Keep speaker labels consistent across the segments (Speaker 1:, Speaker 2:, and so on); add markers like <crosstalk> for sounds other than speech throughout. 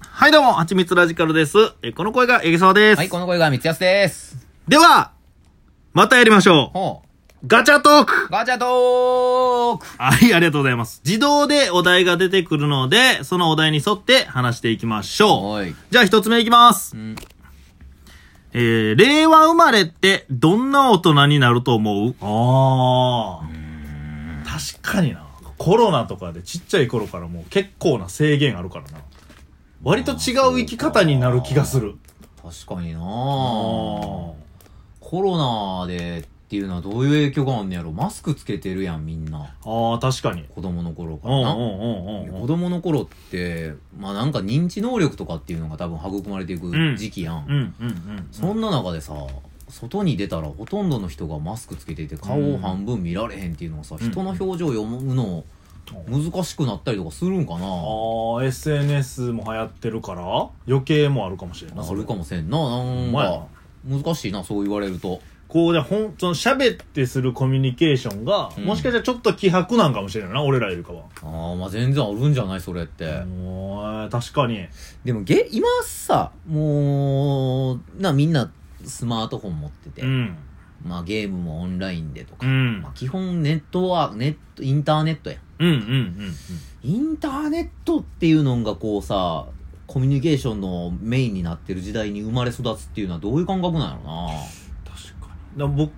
Speaker 1: はいどうも、はちみつラジカルです。えこの声がえぎそうです。
Speaker 2: はい、この声が三つやすです。
Speaker 1: では、またやりましょう。
Speaker 2: ほ
Speaker 1: ガチャトーク
Speaker 2: う。ガチャトーク
Speaker 1: はい、ありがとうございます。自動でお題が出てくるので、そのお題に沿って話していきましょう。
Speaker 2: はい。
Speaker 1: じゃあ一つ目いきます。
Speaker 2: うん。
Speaker 1: えー、令和生まれってどんな大人になると思うあー。確かにな。コロナとかでちっちゃい頃からもう結構な制限あるからな。割と違う生き方になる気がする。
Speaker 2: 確かにな
Speaker 1: あ
Speaker 2: コロナでっていうのはどういう影響があんねやろマスクつけてるやん、みんな。
Speaker 1: ああ、確かに。
Speaker 2: 子供の頃か
Speaker 1: うんう
Speaker 2: ら
Speaker 1: んう
Speaker 2: な。
Speaker 1: んうんうん。
Speaker 2: 子供の頃って、まあなんか認知能力とかっていうのが多分育まれてい
Speaker 1: ん
Speaker 2: く時期やん。
Speaker 1: うんうんうん。
Speaker 2: そんな中でさ、外に出たらほとんどの人がマスクつけていて顔を半分見られへんっていうのはさ、
Speaker 1: うん
Speaker 2: 人の表情読むの難しくなったりとかするんかな、
Speaker 1: ああ、SNS も流行ってるから、余計もあるかもしれんない。
Speaker 2: あるか
Speaker 1: も。
Speaker 2: もせんな。なん
Speaker 1: ほんまや
Speaker 2: か、難しいな、そう言われると。
Speaker 1: こう、じゃあほん、その喋ってするコミュニケーションが、
Speaker 2: うん
Speaker 1: もしかしたらちょっと希薄なんかもしれんな、俺らよりかは。
Speaker 2: ああ、まあ全然あるんじゃないそれって。
Speaker 1: おー確かに。
Speaker 2: でも、げ、今さ、もう、な、みんな、スマートフォン持ってて、
Speaker 1: うん。
Speaker 2: まあゲームもオンラインでと
Speaker 1: う
Speaker 2: か、
Speaker 1: ん
Speaker 2: まあ。基本ネットは、ネット、インターネットやん。
Speaker 1: うんうんうん
Speaker 2: インターネットっていうのがこうさ、コミュニケーションのメインになってる時代に生まれ育つっていうのはどういう感覚なんやろな
Speaker 1: 確かに。だ僕、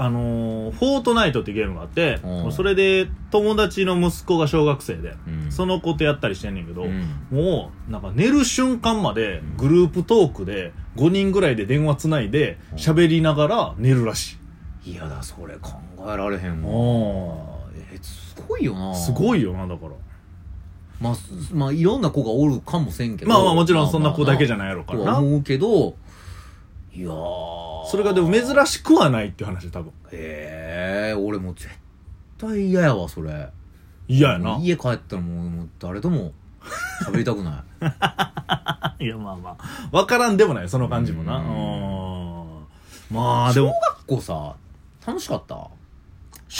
Speaker 1: あのーフォートナイトってゲームがあって
Speaker 2: う、ん
Speaker 1: それで友達の息子が小学生で、
Speaker 2: うん
Speaker 1: その子とやったりしてんねんけど、
Speaker 2: うん。
Speaker 1: もう、なんか寝る瞬間まで、グループトークで、5人ぐらいで電話つないで、喋りながら寝るらしい。
Speaker 2: いやだ、それ考えられへんわ。
Speaker 1: あ
Speaker 2: え、すごいよな
Speaker 1: あ。すごいよな、だから。
Speaker 2: まあ、すまあ、いろんな子がおるかもせんけど。
Speaker 1: まあまあもちろんそんな子だけじゃ
Speaker 2: い
Speaker 1: ないやろうか
Speaker 2: と
Speaker 1: ら
Speaker 2: は
Speaker 1: な。
Speaker 2: 思うけど、いやー。
Speaker 1: それがでも珍しくはないっていう話で多分。
Speaker 2: ええー、俺もう絶対嫌やわ、それ。
Speaker 1: 嫌やな。
Speaker 2: 家帰ったらもう、もう誰とも喋りたくない。
Speaker 1: いや、まあまあ。わからんでもない、その感じもな。
Speaker 2: う
Speaker 1: うん。 <laughs> まあ、でも、
Speaker 2: 学校さ、楽しかった
Speaker 1: 小学
Speaker 2: 楽しか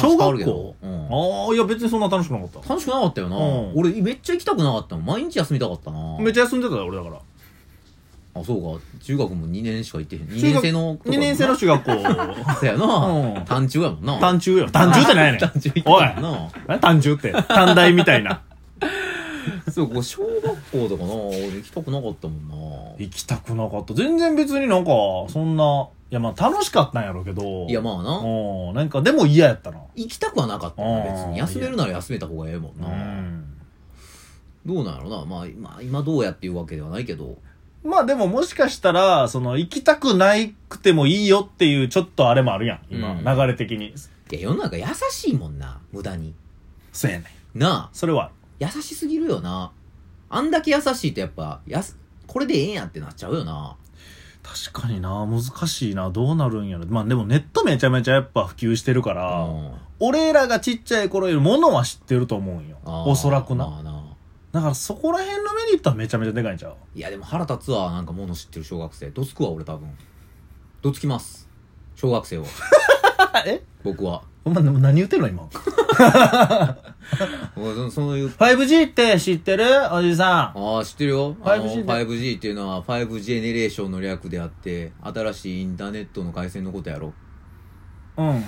Speaker 2: った
Speaker 1: 校
Speaker 2: あるけどうん
Speaker 1: ああ、いや別にそんな楽しくなかった。
Speaker 2: 楽しくなかったよな。
Speaker 1: うん
Speaker 2: 俺、めっちゃ行きたくなかったの。毎日休みたかったな。
Speaker 1: めっちゃ休んでたよ、俺だから。
Speaker 2: あ、そうか。中学も2年しか行ってへん。2
Speaker 1: 中
Speaker 2: 年
Speaker 1: 学
Speaker 2: 生のとこ。
Speaker 1: 2年生の中 <laughs> 学校。
Speaker 2: <laughs> そうや
Speaker 1: うん
Speaker 2: な。単中やもんな。
Speaker 1: 単中よ。単中じゃないねん。
Speaker 2: <laughs> 単中行ってたもんな。
Speaker 1: <laughs> 何単純って。短大みたいな。
Speaker 2: <laughs> そう、こう小学校とかな、俺行きたくなかったもんな。
Speaker 1: 行きたくなかった。全然別になんか、そんな、いやまあ楽しかったんやろうけど。
Speaker 2: いや、まあ
Speaker 1: あ
Speaker 2: な、
Speaker 1: うん、なんかでも嫌やったな。
Speaker 2: 行きたくはなかったな、別
Speaker 1: うん
Speaker 2: に。休めるなら休めた方がええもん
Speaker 1: う
Speaker 2: な。
Speaker 1: ん。
Speaker 2: どうなんやろな、まあ、まあ、今どうやっていうわけではないけど。
Speaker 1: まあでももしかしたら、その、行きたくないくてもいいよっていう、ちょっとあれもあるやん。今、
Speaker 2: うん
Speaker 1: 流れ的に。
Speaker 2: いや、世の中優しいもんな、無駄に。
Speaker 1: そうやねん。
Speaker 2: なあ、
Speaker 1: それはある。
Speaker 2: 優しすぎるよな。あんだけ優しいとやっぱ、やす、これでええんやってなっちゃうよな。
Speaker 1: 確かにな、難しいな、どうなるんやろ。まあでもネットめちゃめちゃやっぱ普及してるから、
Speaker 2: うん
Speaker 1: 俺らがちっちゃい頃よりものは知ってると思うんよ。
Speaker 2: あー
Speaker 1: おそらくな。
Speaker 2: まあな。
Speaker 1: だからそこら辺のメリットはめちゃめちゃでかいんち
Speaker 2: <laughs>
Speaker 1: ゃう
Speaker 2: いや、でも腹立つわ、なんか物知ってる小学生。どつくわ、俺多分。どつきます。小学生を。 <laughs>
Speaker 1: え
Speaker 2: 僕は。
Speaker 1: お前何言ってるの今。
Speaker 2: もうそそういう
Speaker 1: 5G って知ってるおじさん。
Speaker 2: ああ、知ってるよ。
Speaker 1: 5G
Speaker 2: あの
Speaker 1: で
Speaker 2: 5G っていうのは、5ジェネレーションの略であって、新しいインターネットの回線のことやろ。
Speaker 1: うん。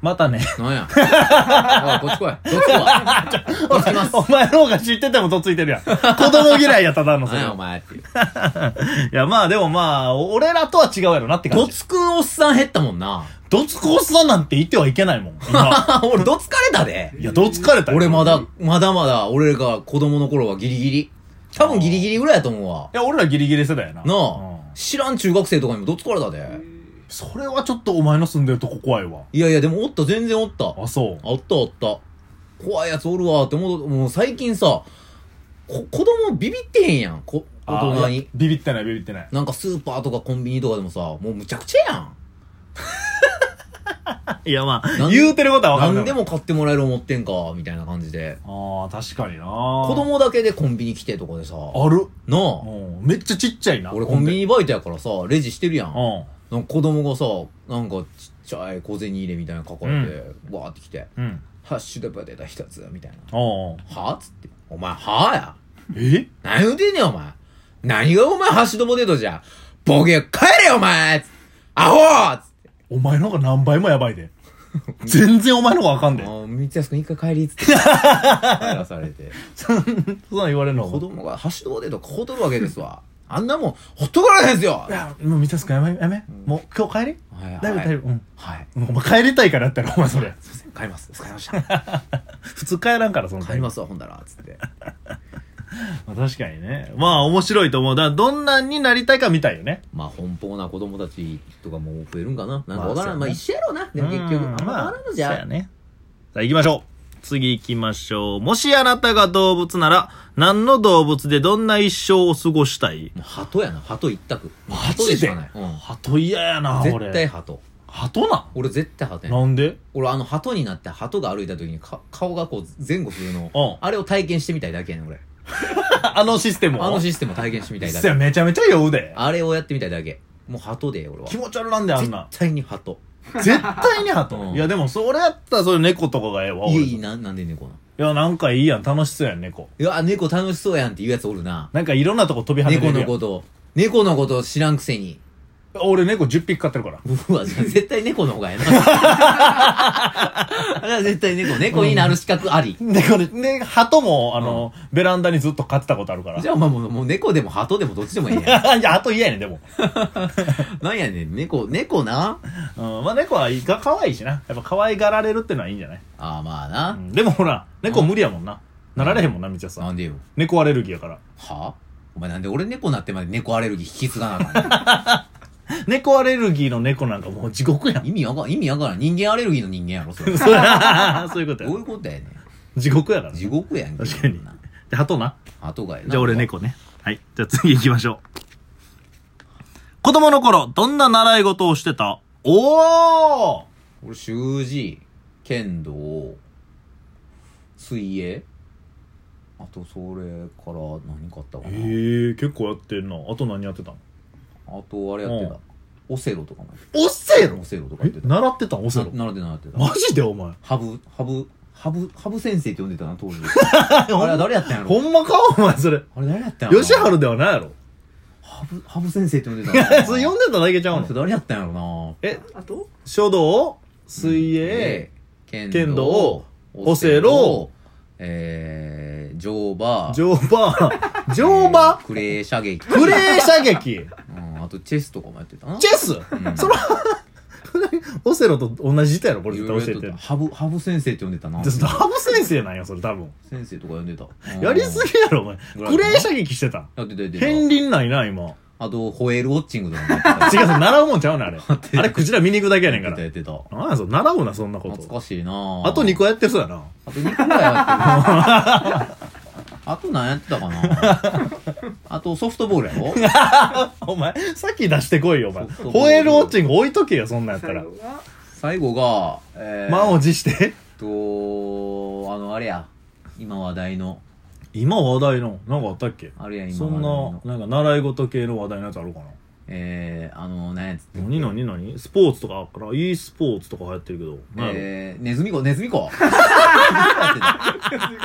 Speaker 1: またね。
Speaker 2: なんや。 <laughs> おい、こっち来い。ど <laughs> っちわ。どっち来ま
Speaker 1: <laughs>
Speaker 2: す。
Speaker 1: お前の方が知っててもとっついてるや <laughs> ん。子供嫌いや、ただのそ
Speaker 2: なん
Speaker 1: れ。い
Speaker 2: や、お前って <laughs> いう。
Speaker 1: や、まあでもまあ、俺らとは違うやろなって
Speaker 2: ど
Speaker 1: 感じ。
Speaker 2: つくんおっさん減ったもんな。
Speaker 1: どつこすさんなんて言ってはいけないも <laughs> ん。今
Speaker 2: あ、 <laughs> 俺、どつかれたで。
Speaker 1: いや、どつかれたよ
Speaker 2: 俺ま。
Speaker 1: い
Speaker 2: だ、まだまだ、俺が子供の頃はギリギリ。多分ギリギリぐらいやと思うわ。
Speaker 1: や、俺らギリギリ世代やな。
Speaker 2: な
Speaker 1: う
Speaker 2: あ
Speaker 1: ん、
Speaker 2: 知らん中学生とかにもどつかれたで。
Speaker 1: それはちょっとお前の住んでるとこ怖いわ。
Speaker 2: いやいや、でもおった、全然おった。
Speaker 1: あ、そう。
Speaker 2: あったあった。怖いやつおるわって思う。もう最近さ、こ子供ビビってへんやん。こ大人
Speaker 1: あいや
Speaker 2: に。
Speaker 1: ビビってない、ビビってない。
Speaker 2: なんかスーパーとかコンビニとかでもさ、もうむちゃくちゃやん。
Speaker 1: <laughs> いや、ま
Speaker 2: な
Speaker 1: あ、
Speaker 2: ん
Speaker 1: 言うてることは分かる
Speaker 2: 何で。も買ってもらえる思ってんか、みたいな感じで。
Speaker 1: ああ、確かにな
Speaker 2: 子
Speaker 1: 子
Speaker 2: 供だけでコンビニ来てとかでさ、
Speaker 1: ある。
Speaker 2: な
Speaker 1: う
Speaker 2: あ、
Speaker 1: ん。めっちゃちっちゃいな。
Speaker 2: 俺コンビニバイトやからさ、レジしてるやん。
Speaker 1: ほんで。
Speaker 2: なんか子供がさ、なんかちっちゃい小銭入れみたいなの書かれて、わーって来て、
Speaker 1: うん。うん。
Speaker 2: ハッシュドポテト一つ、みたいな。
Speaker 1: おうおう
Speaker 2: はぁつって。お前、はぁや。
Speaker 1: え
Speaker 2: 何言うてんねん、お前。何がお前、ハッシュドポテトじゃ。ボケ、帰れお前アホーつって。
Speaker 1: お前の方が何倍もやばいで。 <laughs> 全然お前の方があかんで。
Speaker 2: ああ、三安くん一回帰りっつって。帰らされて。
Speaker 1: <laughs> そんそんなん言われるの
Speaker 2: 子供がハッシュドポテト買うとるわけですわ。あんなもん、ほっとかないですよ
Speaker 1: いや、もう三田君やめ、やめ。もう今日帰り
Speaker 2: はい
Speaker 1: だいぶ
Speaker 2: は
Speaker 1: だいぶ。うん。
Speaker 2: はい。
Speaker 1: もうお前帰りたいからやったら、お前それ。
Speaker 2: すいません、帰ります。疲れました。 <laughs>
Speaker 1: 普通帰らんから、その
Speaker 2: 帰りますわ、ほんだら。つって。
Speaker 1: まあ確かにね。まあ面白いと思う。だからどんなんになりたいか見たいよね。
Speaker 2: まあ、奔放な子供たちとかも増えるんかな。なん
Speaker 1: ま
Speaker 2: か
Speaker 1: あ
Speaker 2: わからん。
Speaker 1: そうやね
Speaker 2: まあ、一緒やろうな。でも結局、あ
Speaker 1: うんん
Speaker 2: ま変わらんのじ
Speaker 1: そうや
Speaker 2: ゃ。
Speaker 1: ね。さあ行きましょう。次行きましょう。もしあなたが動物なら、何の動物でどんな一生を過ごしたい
Speaker 2: もう、鳩やな。鳩一択。
Speaker 1: マ
Speaker 2: 鳩
Speaker 1: ジで
Speaker 2: しかない。うん。
Speaker 1: 鳩嫌やな、俺。
Speaker 2: 絶対鳩。
Speaker 1: 鳩な
Speaker 2: 俺絶対鳩やん。
Speaker 1: なんで
Speaker 2: 俺あの鳩になって鳩が歩いた時にか顔がこう前後するの
Speaker 1: うん
Speaker 2: あれを体験してみたいだけやねん俺
Speaker 1: <laughs> あのシステムを
Speaker 2: あのシステムを体験してみたいだ
Speaker 1: せ
Speaker 2: け
Speaker 1: やめちゃめちゃ酔うで。
Speaker 2: あれをやってみたいだけもう鳩で俺は
Speaker 1: 気持ち悪なんで、あんな。
Speaker 2: 絶対に鳩
Speaker 1: 絶対に鳩、
Speaker 2: うん
Speaker 1: <laughs> いや、でも、それやったら、そういう猫とかがええわ。
Speaker 2: いや
Speaker 1: 俺
Speaker 2: いい
Speaker 1: い
Speaker 2: ななんで猫なの
Speaker 1: や、なんかいいやん。楽しそうやん、猫。
Speaker 2: いや猫楽しそうやんっていうやつおるな
Speaker 1: なんかいろんなとこ飛び跳ねて
Speaker 2: 猫
Speaker 1: る
Speaker 2: の
Speaker 1: やん。
Speaker 2: こと猫のこと知らんくせに
Speaker 1: 俺、猫10匹飼ってるから。
Speaker 2: うわじゃ
Speaker 1: <laughs>
Speaker 2: あ絶対猫の方がええな <laughs> あれは絶対猫猫になる資格あり、
Speaker 1: 猫で、ね、鳩も、あの、ベランダにずっと飼ってたことある <laughs> から。
Speaker 2: じゃあまあもうもう猫でも鳩でもどっちでもええやん
Speaker 1: いや、鳩嫌やねん、でも。
Speaker 2: なんやねん猫猫な
Speaker 1: うん、まあ、猫はいいか、可愛いしな。やっぱ可愛がられるってのはいいんじゃない、
Speaker 2: ああまあな、
Speaker 1: うんでもほら、猫無理やもんな。なられへんもんな、みちゃさん。
Speaker 2: なんでよ
Speaker 1: 猫アレルギーやから。
Speaker 2: はお前なんで俺猫なってまで猫アレルギー引き継がなあかんの <laughs>
Speaker 1: 猫アレルギーの猫なんかもう地獄やん。 <laughs>
Speaker 2: 意味わかん、意味わからん。人間アレルギーの人間やろ、それ。ど
Speaker 1: そういうことや
Speaker 2: ういうことやね
Speaker 1: 地獄やから
Speaker 2: ん。
Speaker 1: ね。
Speaker 2: 地獄やんけ。
Speaker 1: 確かに
Speaker 2: そんな。
Speaker 1: で、鳩な。
Speaker 2: 後がやな
Speaker 1: じゃあ俺。猫ね。はい。じゃあ次行きましょう。子供の頃、どんな習い事をしてたおー
Speaker 2: 俺、習字、剣道、水泳、あと、それから何買ったか
Speaker 1: え
Speaker 2: な。
Speaker 1: ー、結構やってんな。あと何やってたの
Speaker 2: あと、あれやって
Speaker 1: うん
Speaker 2: た。オセロとかもやって
Speaker 1: オセ
Speaker 2: た。オセロとか
Speaker 1: え
Speaker 2: やってた。な
Speaker 1: 習ってたんオセロ。
Speaker 2: 習ってた習ってた。
Speaker 1: マジでお前。
Speaker 2: ハブ、ハブ、ハブ、ハブ先生って呼んでたな、当
Speaker 1: <laughs>
Speaker 2: 時。あれは誰やったんやろ
Speaker 1: ほんまかお前それ。
Speaker 2: あれ誰やったんやろ
Speaker 1: 吉原ではないやろ。
Speaker 2: ハブ、ハブ先生って呼んでた
Speaker 1: <laughs> それ呼んでただけちゃ
Speaker 2: あ
Speaker 1: う
Speaker 2: の人
Speaker 1: の
Speaker 2: 誰やったんやろな
Speaker 1: え、
Speaker 3: あと
Speaker 1: 書道、水泳、、
Speaker 2: 剣
Speaker 1: 剣道
Speaker 2: オ
Speaker 1: オ
Speaker 2: セ
Speaker 1: セ
Speaker 2: ロ
Speaker 1: ロ、
Speaker 2: えー、乗馬、
Speaker 1: 乗馬、乗馬、
Speaker 2: えークレー射撃、
Speaker 1: クレー射撃、
Speaker 2: うん、あとチェスとかもやってたな。
Speaker 1: チェス
Speaker 2: うん
Speaker 1: そら、オセロと同じ人やろ、これ
Speaker 2: い
Speaker 1: 絶
Speaker 2: ろいろ
Speaker 1: 対
Speaker 2: や
Speaker 1: 教
Speaker 2: って
Speaker 1: えて
Speaker 2: た
Speaker 1: る。
Speaker 2: ハブ、ハブ先生って呼んでたな。
Speaker 1: で
Speaker 2: 先
Speaker 1: そのハブ先生なんよ、それ多分。
Speaker 2: 生とか呼んでた。うん
Speaker 1: やりすぎやろ、お前。
Speaker 2: ぐらいかな
Speaker 1: クレー射撃してた。
Speaker 2: やってたやってた。
Speaker 1: 片鱗ないな、今。
Speaker 2: あと、ホエールウォッチングとかもやってた。
Speaker 1: 違う、習うもんちゃう
Speaker 2: <laughs>
Speaker 1: ねん、あれ。あれ、クジラ見に行くだけやねんか
Speaker 2: やってた
Speaker 1: ら。
Speaker 2: やってた。
Speaker 1: なんや、そう、習うな、そんなこ
Speaker 2: 懐
Speaker 1: と。
Speaker 2: かしいなぁ
Speaker 1: あと2。個やってそうやな。
Speaker 2: あと2個ぐらいやってた。あ <laughs> と何やってたかなあとソフトボールやろ
Speaker 1: お前、さっき出してこいよ、お前。
Speaker 2: そうそう
Speaker 1: ホエールウォッチング置いとけよ、そんなんやった
Speaker 3: 最
Speaker 1: ら
Speaker 3: 後。が
Speaker 2: 最後が、えー、
Speaker 1: 満を持して。
Speaker 2: と、あの、あれや。今話題の。
Speaker 1: 今話題の、なんかあったっけ
Speaker 2: あれや、今
Speaker 1: そ
Speaker 2: 話題
Speaker 1: んな
Speaker 2: の。、
Speaker 1: なんか習い事系の話題のやつあるかな
Speaker 2: えー、あの、なんやつ。
Speaker 1: 何何何スポーツとかあっから、e スポーツとか流行ってるけど。何やろ
Speaker 2: えー、ネズミ子、
Speaker 1: <laughs>
Speaker 2: ネズミ子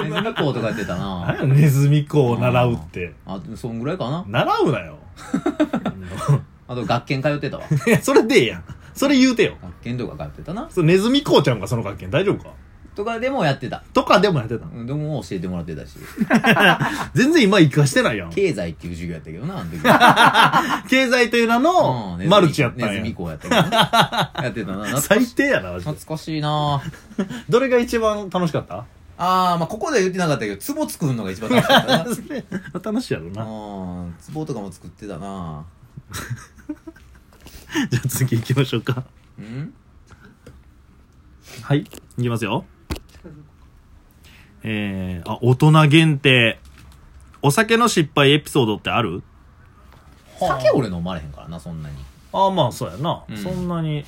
Speaker 2: ネズミ子とかやってた
Speaker 1: 何や
Speaker 2: な。
Speaker 1: ろネズミ子を習うって。
Speaker 2: あ、そんぐらいかな。
Speaker 1: 習うなよ。 <laughs>
Speaker 2: あと、学研通ってたわ。
Speaker 1: いやそれでええやん。それ言うてよ。
Speaker 2: 学研とか通ってたな。
Speaker 1: それネズミこうちゃんがその学研大丈夫か
Speaker 2: とかでもやってた。
Speaker 1: とかでもやってたの
Speaker 2: うんでも教えてもらって
Speaker 1: <laughs>
Speaker 2: たし。
Speaker 1: 全然今生かしてないやん。
Speaker 2: 経済っていう授業やったけどな、あの時。う
Speaker 1: 経済という名の
Speaker 2: ん
Speaker 1: マルチやったん
Speaker 2: ネズ
Speaker 1: や
Speaker 2: ミ。子やったけどな。やってたな。懐か
Speaker 1: <laughs> 最
Speaker 2: し
Speaker 1: 低やな、マジで
Speaker 2: 懐かしいな
Speaker 1: どれが一番楽しかった
Speaker 2: あー、まあ、ここでは言ってなかったけど、壺作るのが一番楽しかったな。
Speaker 1: <laughs> それ楽しいやろな。
Speaker 2: うん、ツボとかも作ってたな
Speaker 1: じゃあ次行きましょうか。
Speaker 2: うん
Speaker 1: はい。いきますよ。えー、あ、大人限定。お酒の失敗エピソードってある
Speaker 2: 酒俺飲まれへんからな、そんなに。
Speaker 1: ああ、まあそうやな。
Speaker 2: うん
Speaker 1: そんなに。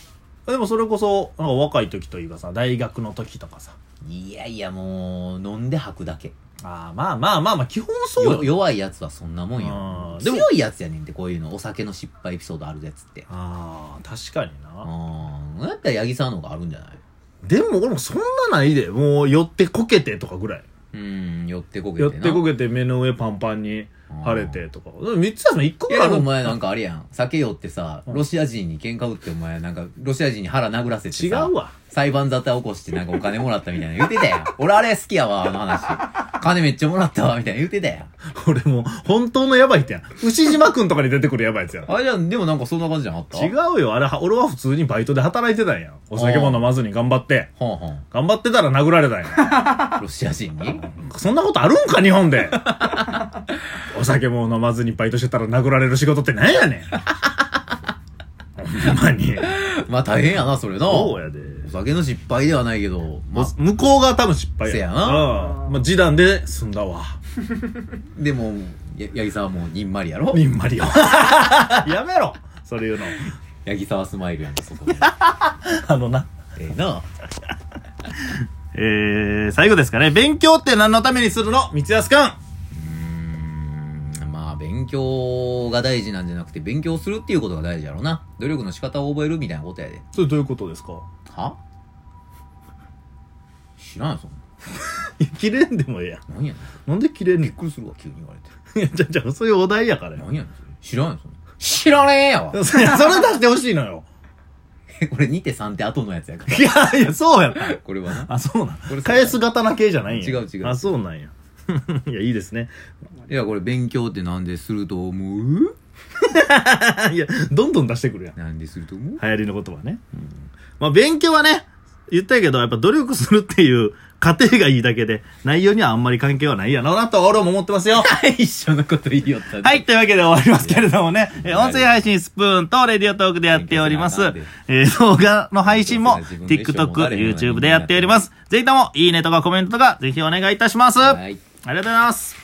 Speaker 1: でもそれこそ、なんか若い時というかさ、大学の時とかさ。
Speaker 2: いやいや、もう、飲んで吐くだけ。
Speaker 1: ああ、まあまあまあまあ、基本そうよ
Speaker 2: よ。弱いやつはそんなもん
Speaker 1: あ
Speaker 2: よ。
Speaker 1: ーでも
Speaker 2: 強いやつやねんって、こういうの。お酒の失敗エピソードあるやつって。
Speaker 1: ああ、確かにな。
Speaker 2: うん。だったら八木さんの方があるんじゃない
Speaker 1: でも俺もそんなないで。もう、寄ってこけてとかぐらい。
Speaker 2: うん、寄ってこけて
Speaker 1: 寄
Speaker 2: な。
Speaker 1: ってこけて目の上パンパンに、晴れてとか。三つやの一個
Speaker 2: い
Speaker 1: ぐらいあ
Speaker 2: やでも
Speaker 1: る
Speaker 2: お前なんかあれやん。酒酔ってさ、ロシア人に喧嘩打ってお前なんか、ロシア人に腹殴らせてさ。
Speaker 1: 違うわ。
Speaker 2: 裁判沙汰起こしてなんかお金もらったみたいな言ってた
Speaker 1: <laughs>
Speaker 2: やん。俺あれ好きやわ、あの話。金めっちゃもらったわ、みたいな言ってたやん。
Speaker 1: <laughs> 俺もう本当のやばいってやん。牛島くんとかに出てくるやばいやつやん。
Speaker 2: あれじゃん、でもなんかそんな感じじゃなかった
Speaker 1: 違うよ。あれは、俺は普通にバイトで働いてたんや。お酒も飲まずに頑張って。
Speaker 2: ほんほん。
Speaker 1: 頑張ってたら殴られたんや。
Speaker 2: ロシア人に
Speaker 1: そんなことあるんか、日本
Speaker 2: <laughs>
Speaker 1: で。お酒も飲まずにバイトしてたら殴られる仕事ってなんやねん。ほんまに。
Speaker 2: まあ大変やな、それな。
Speaker 1: そう
Speaker 2: お
Speaker 1: やで。
Speaker 2: 酒の失敗ではないけど、まあ、
Speaker 1: 向こうが多分失敗や。
Speaker 2: せやな
Speaker 1: うん。まあ、示談で済んだ
Speaker 2: <laughs>
Speaker 1: わ。
Speaker 2: でも、や、八木さんはもうにんまりやろ
Speaker 1: にんま
Speaker 2: <laughs>
Speaker 1: りよ。やめろそれ言うの。
Speaker 2: 八木沢スマイルやんか、そ
Speaker 1: <laughs>
Speaker 2: こ。
Speaker 1: あのな。
Speaker 2: ええな。
Speaker 1: えー、最後ですかね。勉強って何のためにするの三安くん。
Speaker 2: まあ、勉強が大事なんじゃなくて、勉強するっていうことが大事やろな。努力の仕方を覚えるみたいなことやで。
Speaker 1: それどういうことですか
Speaker 2: は知らんよ、そん
Speaker 1: 切れんでもええやん。
Speaker 2: な。何やねん。
Speaker 1: なんで切れんの
Speaker 2: びっくりするわ、急に言われて。
Speaker 1: いや、じゃ、じゃ、そういうお題やからよ。
Speaker 2: 何やねん、それ。知らんよ、そんな。知らねえよ <laughs>
Speaker 1: それ、それ出してほしいのよ。
Speaker 2: これ2手3手後のやつやか
Speaker 1: いや、いや、そうやな
Speaker 2: ら。。これはな。
Speaker 1: あ、そうなん
Speaker 2: これ。
Speaker 1: 返す刀系じゃないんや。
Speaker 2: 違う違う
Speaker 1: あ、そうなんや。 <laughs> いや、いいですね。 <laughs>
Speaker 2: いや、これ勉強ってなんですると思う
Speaker 1: いや、どんどん出してくるやん。
Speaker 2: なんですると思う
Speaker 1: 流行りの言葉ね。まあ、勉強はね、言ったけど、やっぱ努力するっていう過程がいいだけで、内容にはあんまり関係はないやろうなと、俺も思ってますよ。
Speaker 2: <laughs> 一緒の <laughs> こと言いよったね
Speaker 1: はい、というわけで終わりますけれどもね、えー音声配信スプーンとレディオトークでやっております
Speaker 2: 勉強する。
Speaker 1: えー動画の配信も
Speaker 2: 勉強する自
Speaker 1: TikTok、
Speaker 2: 分の一生も誰のように
Speaker 1: YouTube でやっております。ぜひとも、いいねとかコメントとか、ぜひお願いいたします。ありが
Speaker 2: はい。
Speaker 1: とうございます。